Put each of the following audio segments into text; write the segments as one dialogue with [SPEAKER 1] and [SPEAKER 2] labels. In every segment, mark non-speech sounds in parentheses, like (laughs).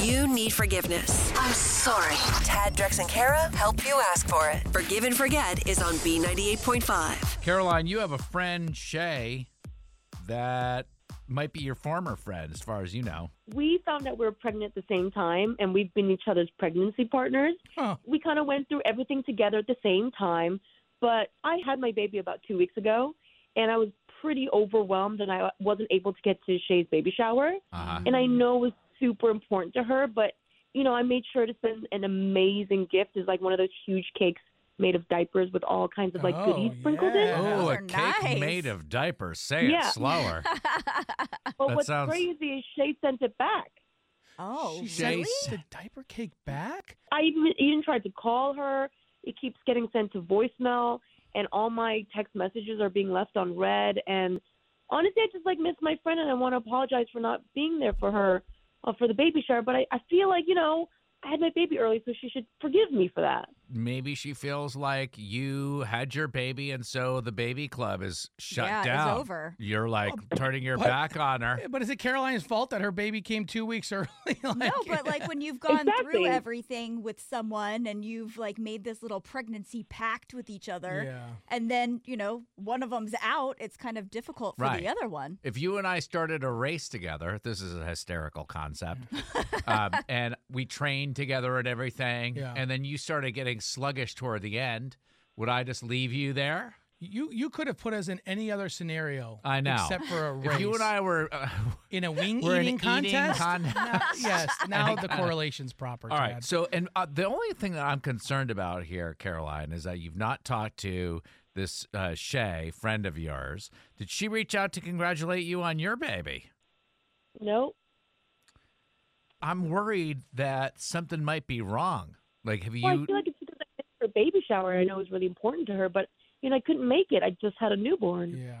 [SPEAKER 1] you need forgiveness.
[SPEAKER 2] I'm sorry.
[SPEAKER 1] Tad, Drex, and Kara help you ask for it. Forgive and Forget is on B98.5.
[SPEAKER 3] Caroline, you have a friend, Shay, that might be your former friend, as far as you know.
[SPEAKER 4] We found out we were pregnant at the same time, and we've been each other's pregnancy partners.
[SPEAKER 3] Huh.
[SPEAKER 4] We kind of went through everything together at the same time, but I had my baby about two weeks ago, and I was pretty overwhelmed, and I wasn't able to get to Shay's baby shower.
[SPEAKER 3] Uh-huh.
[SPEAKER 4] And I know it was super important to her, but you know, I made sure to send an amazing gift. It's like one of those huge cakes made of diapers with all kinds of like
[SPEAKER 5] Oh,
[SPEAKER 4] goodies sprinkled
[SPEAKER 5] yeah.
[SPEAKER 4] in.
[SPEAKER 3] Oh,
[SPEAKER 5] Those
[SPEAKER 3] a
[SPEAKER 5] are
[SPEAKER 3] cake
[SPEAKER 5] nice.
[SPEAKER 3] made of diapers. Say
[SPEAKER 4] Yeah.
[SPEAKER 3] it
[SPEAKER 5] (laughs)
[SPEAKER 3] slower.
[SPEAKER 4] But
[SPEAKER 3] that
[SPEAKER 4] what's
[SPEAKER 3] sounds-
[SPEAKER 4] crazy is Shay sent it back.
[SPEAKER 5] oh,
[SPEAKER 3] she
[SPEAKER 5] really?
[SPEAKER 3] sent the diaper cake back?
[SPEAKER 4] I even even tried to call her. It keeps getting sent to voicemail, and all my text messages are being left on red. And honestly, I just like miss my friend, and I want to apologize for not being there for her uh, for the baby shower. But I, I feel like you know I had my baby early, so she should forgive me for that.
[SPEAKER 3] Maybe she feels like you had your baby, and so the baby club is shut
[SPEAKER 5] yeah,
[SPEAKER 3] down.
[SPEAKER 5] it's over.
[SPEAKER 3] You're like turning your
[SPEAKER 6] but-
[SPEAKER 3] back on (laughs) her.
[SPEAKER 6] But is it Caroline's fault that her baby came two weeks (laughs) early? like,
[SPEAKER 5] No, but
[SPEAKER 6] (laughs)
[SPEAKER 5] like
[SPEAKER 3] (laughs)
[SPEAKER 5] when you've gone through
[SPEAKER 4] Exactly.
[SPEAKER 5] everything with someone and you've like made this little pregnancy pact with each other,
[SPEAKER 6] yeah,
[SPEAKER 5] and then you know one of them's out, it's kind of difficult for
[SPEAKER 3] Right.
[SPEAKER 5] the other one.
[SPEAKER 3] If you and I started a race together, this is a hysterical
[SPEAKER 5] (laughs)
[SPEAKER 3] concept, um, and we trained together and everything,
[SPEAKER 6] Yeah.
[SPEAKER 3] and then you started getting sluggish toward the end, would I just leave you there?
[SPEAKER 6] you you could have put us in any other scenario.
[SPEAKER 3] I know.
[SPEAKER 6] except for a
[SPEAKER 3] (laughs)
[SPEAKER 6] race.
[SPEAKER 3] If you and I were, uh, (laughs)
[SPEAKER 6] in a wing
[SPEAKER 3] were in
[SPEAKER 6] eating
[SPEAKER 3] eating
[SPEAKER 6] contest.
[SPEAKER 3] contest.
[SPEAKER 6] Now-
[SPEAKER 3] (laughs)
[SPEAKER 6] yes, now the correlation's proper.
[SPEAKER 3] all right.
[SPEAKER 6] Tad.
[SPEAKER 3] So, and uh, the only thing that I'm concerned about here, Caroline, is that you've not talked to this uh, Shay friend of yours. Did she reach out to congratulate you on your baby?
[SPEAKER 4] No,
[SPEAKER 3] I'm worried that something might be wrong. Like, have
[SPEAKER 4] well,
[SPEAKER 3] you?
[SPEAKER 4] I feel like it's because I missed her baby shower. I know it was really important to her, but you know I couldn't make it. I just had a newborn.
[SPEAKER 6] yeah,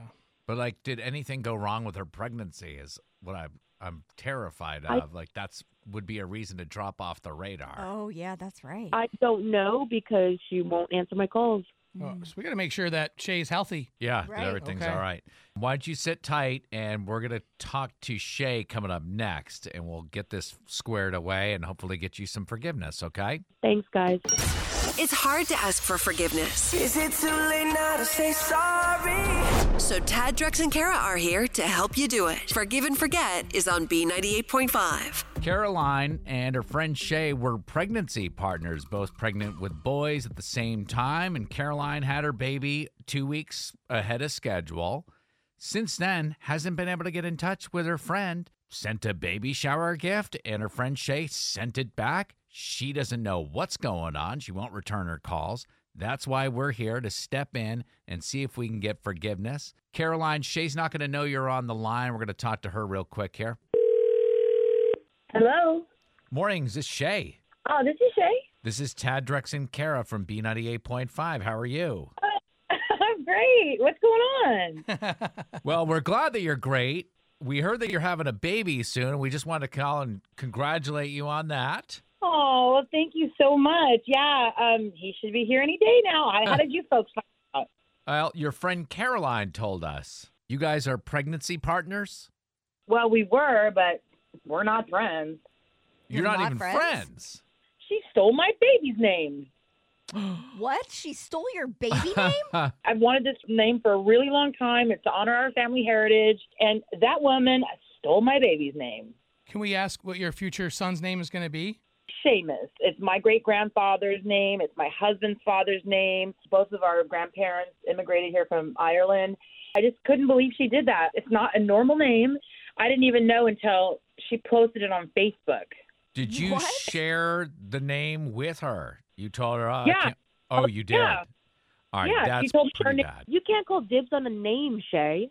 [SPEAKER 3] But like, did anything go wrong with her pregnancy? Is what I'm I'm terrified
[SPEAKER 4] I-
[SPEAKER 3] of. like, that's would be a reason to drop off the radar.
[SPEAKER 5] Oh yeah, that's right.
[SPEAKER 4] I don't know because she won't answer my calls.
[SPEAKER 5] Mm.
[SPEAKER 6] Oh, so we got to make sure that Shay's healthy.
[SPEAKER 3] yeah, that
[SPEAKER 5] Right.
[SPEAKER 3] everything's
[SPEAKER 6] Okay.
[SPEAKER 3] all right. Why don't you sit tight, and we're gonna talk to Shay coming up next, and we'll get this squared away, and hopefully get you some forgiveness. Okay.
[SPEAKER 4] Thanks, guys.
[SPEAKER 1] It's hard to ask for forgiveness.
[SPEAKER 2] Is it too late now to say sorry?
[SPEAKER 1] So Tad, Drex, and Kara are here to help you do it. Forgive and Forget is on B98.5.
[SPEAKER 3] Caroline and her friend Shay were pregnancy partners, both pregnant with boys at the same time. And Caroline had her baby two weeks ahead of schedule. Since then, hasn't been able to get in touch with her friend. Sent a baby shower gift, and her friend Shay sent it back. She doesn't know what's going on. She won't return her calls. That's why we're here to step in and see if we can get forgiveness. Caroline, Shay's not going to know you're on the line. We're going to talk to her real quick here.
[SPEAKER 4] Hello.
[SPEAKER 3] Mornings, this is Shay.
[SPEAKER 4] Oh, this is Shay.
[SPEAKER 3] This is Tad Drex and Kara from B98.5. How are you? (laughs)
[SPEAKER 7] (laughs)
[SPEAKER 4] Great. What's going on?
[SPEAKER 3] well, we're glad that you're great. We heard that you're having a baby soon, and we just wanted to call and congratulate you on that.
[SPEAKER 7] Oh, well, thank you so much. Yeah, um, he should be here any day now. I, how did you folks find out?
[SPEAKER 3] Well, your friend Caroline told us you guys are pregnancy partners.
[SPEAKER 7] Well, we were, but we're not friends.
[SPEAKER 3] You're,
[SPEAKER 5] You're
[SPEAKER 3] not,
[SPEAKER 5] not
[SPEAKER 3] even
[SPEAKER 5] friends?
[SPEAKER 3] friends.
[SPEAKER 7] She stole my baby's name.
[SPEAKER 5] what? She stole
[SPEAKER 3] (laughs)
[SPEAKER 5] your baby name?
[SPEAKER 7] I've wanted this name for a really long time. It's to honor our family heritage. And that woman stole my baby's name.
[SPEAKER 6] Can we ask what your future son's name is going to be?
[SPEAKER 7] Seamus. It's my great grandfather's name. It's my husband's father's name. Both of our grandparents immigrated here from Ireland. I just couldn't believe she did that. It's not a normal name. I didn't even know until she posted it on Facebook.
[SPEAKER 3] Did you
[SPEAKER 5] What?
[SPEAKER 3] share the name with her? You told her. Oh, I
[SPEAKER 7] Yeah.
[SPEAKER 3] can't- Oh, you did.
[SPEAKER 7] Yeah.
[SPEAKER 3] All right,
[SPEAKER 7] Yeah, she
[SPEAKER 3] that's
[SPEAKER 7] told me her
[SPEAKER 3] pretty
[SPEAKER 7] name-
[SPEAKER 3] bad.
[SPEAKER 4] You can't call dibs on the name, Shay.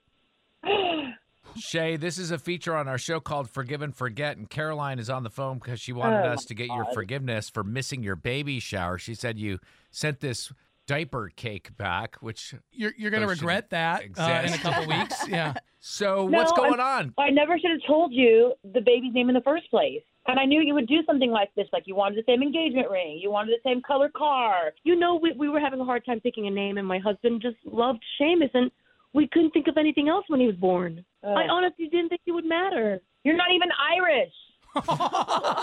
[SPEAKER 3] Shay, this is a feature on our show called Forgive and Forget, and Caroline is on the phone because she wanted
[SPEAKER 7] Oh,
[SPEAKER 3] us to get your forgiveness for missing your baby shower. She said you sent this diaper cake back, which
[SPEAKER 6] You're you're going to
[SPEAKER 3] Those shouldn't
[SPEAKER 6] regret that uh, in a
[SPEAKER 3] exist. (laughs)
[SPEAKER 6] couple weeks. Yeah.
[SPEAKER 3] so
[SPEAKER 7] No,
[SPEAKER 3] what's
[SPEAKER 7] I'm-
[SPEAKER 3] going on?
[SPEAKER 7] I never should have told you the baby's name in the first place. And I knew you would do something like this, like you wanted the same engagement ring, you wanted the same color car.
[SPEAKER 4] You know, we, we were having a hard time picking a name, and my husband just loved Seamus, and we couldn't think of anything else when he was born.
[SPEAKER 7] Ugh.
[SPEAKER 4] I honestly didn't think it would matter.
[SPEAKER 7] You're not even Irish.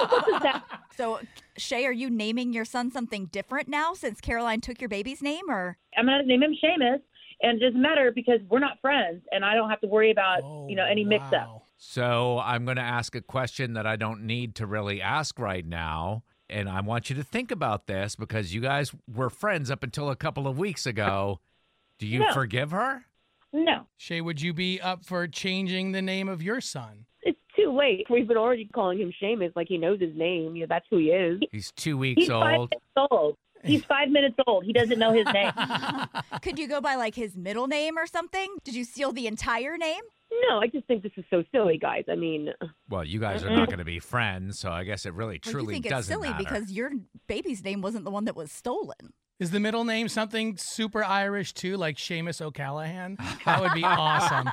[SPEAKER 5] So, Shay, are you naming your son something different now since Caroline took your baby's name? Or
[SPEAKER 7] I'm gonna name him Seamus, and it doesn't matter because we're not friends, and I don't have to worry about
[SPEAKER 5] Uh,
[SPEAKER 7] you know any mix up.
[SPEAKER 6] Oh, wow.
[SPEAKER 3] So I'm going to ask a question that I don't need to really ask right now. And I want you to think about this because you guys were friends up until a couple of weeks ago. Do you
[SPEAKER 7] No.
[SPEAKER 3] forgive her?
[SPEAKER 7] No,
[SPEAKER 6] Shay, would you be up for changing the name of your son?
[SPEAKER 4] It's too late. We've been already calling him Seamus, like he knows his name. You know, that's who he is.
[SPEAKER 3] He's two
[SPEAKER 7] he's
[SPEAKER 3] weeks
[SPEAKER 7] five
[SPEAKER 3] old.
[SPEAKER 7] minutes old. He's five minutes old. He doesn't know his
[SPEAKER 3] (laughs)
[SPEAKER 7] name.
[SPEAKER 5] could you go by like his middle name or something? Did you steal the entire name?
[SPEAKER 4] No, I just think this is so silly, guys. I mean,
[SPEAKER 3] Well, you guys are not going to be friends, so I guess it really
[SPEAKER 5] Well,
[SPEAKER 3] truly
[SPEAKER 5] you think it's
[SPEAKER 3] doesn't
[SPEAKER 5] silly
[SPEAKER 3] matter.
[SPEAKER 5] because your baby's name wasn't the one that was stolen.
[SPEAKER 6] Is the middle name something super Irish too, like Seamus O'Callahan? That would be awesome.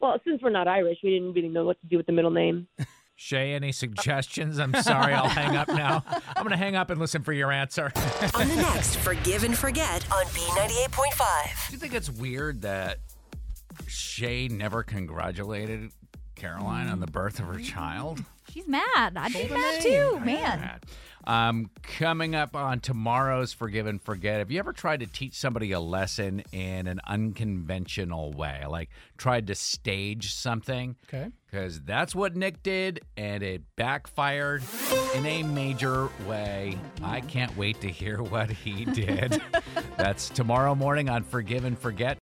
[SPEAKER 4] well, since we're not Irish, we didn't really know what to do with the middle name.
[SPEAKER 3] Shay, (laughs) any suggestions? I'm sorry, I'll hang up now. I'm going to hang up and listen for your (laughs) answer.
[SPEAKER 1] on the next Forgive and Forget on B98.5.
[SPEAKER 3] Do you think it's weird that Shay never congratulated Caroline on the birth of her child?
[SPEAKER 5] She's mad. I'd be mad
[SPEAKER 3] Dang,
[SPEAKER 5] too,
[SPEAKER 3] I am
[SPEAKER 5] man.
[SPEAKER 3] mad. Um, coming up on tomorrow's Forgive and Forget, have you ever tried to teach somebody a lesson in an unconventional way? Like tried to stage something?
[SPEAKER 6] Okay.
[SPEAKER 3] Because that's what Nick did, and it backfired in a major way.
[SPEAKER 5] (laughs)
[SPEAKER 3] I can't wait to hear what he did. that's tomorrow morning on Forgive and Forget.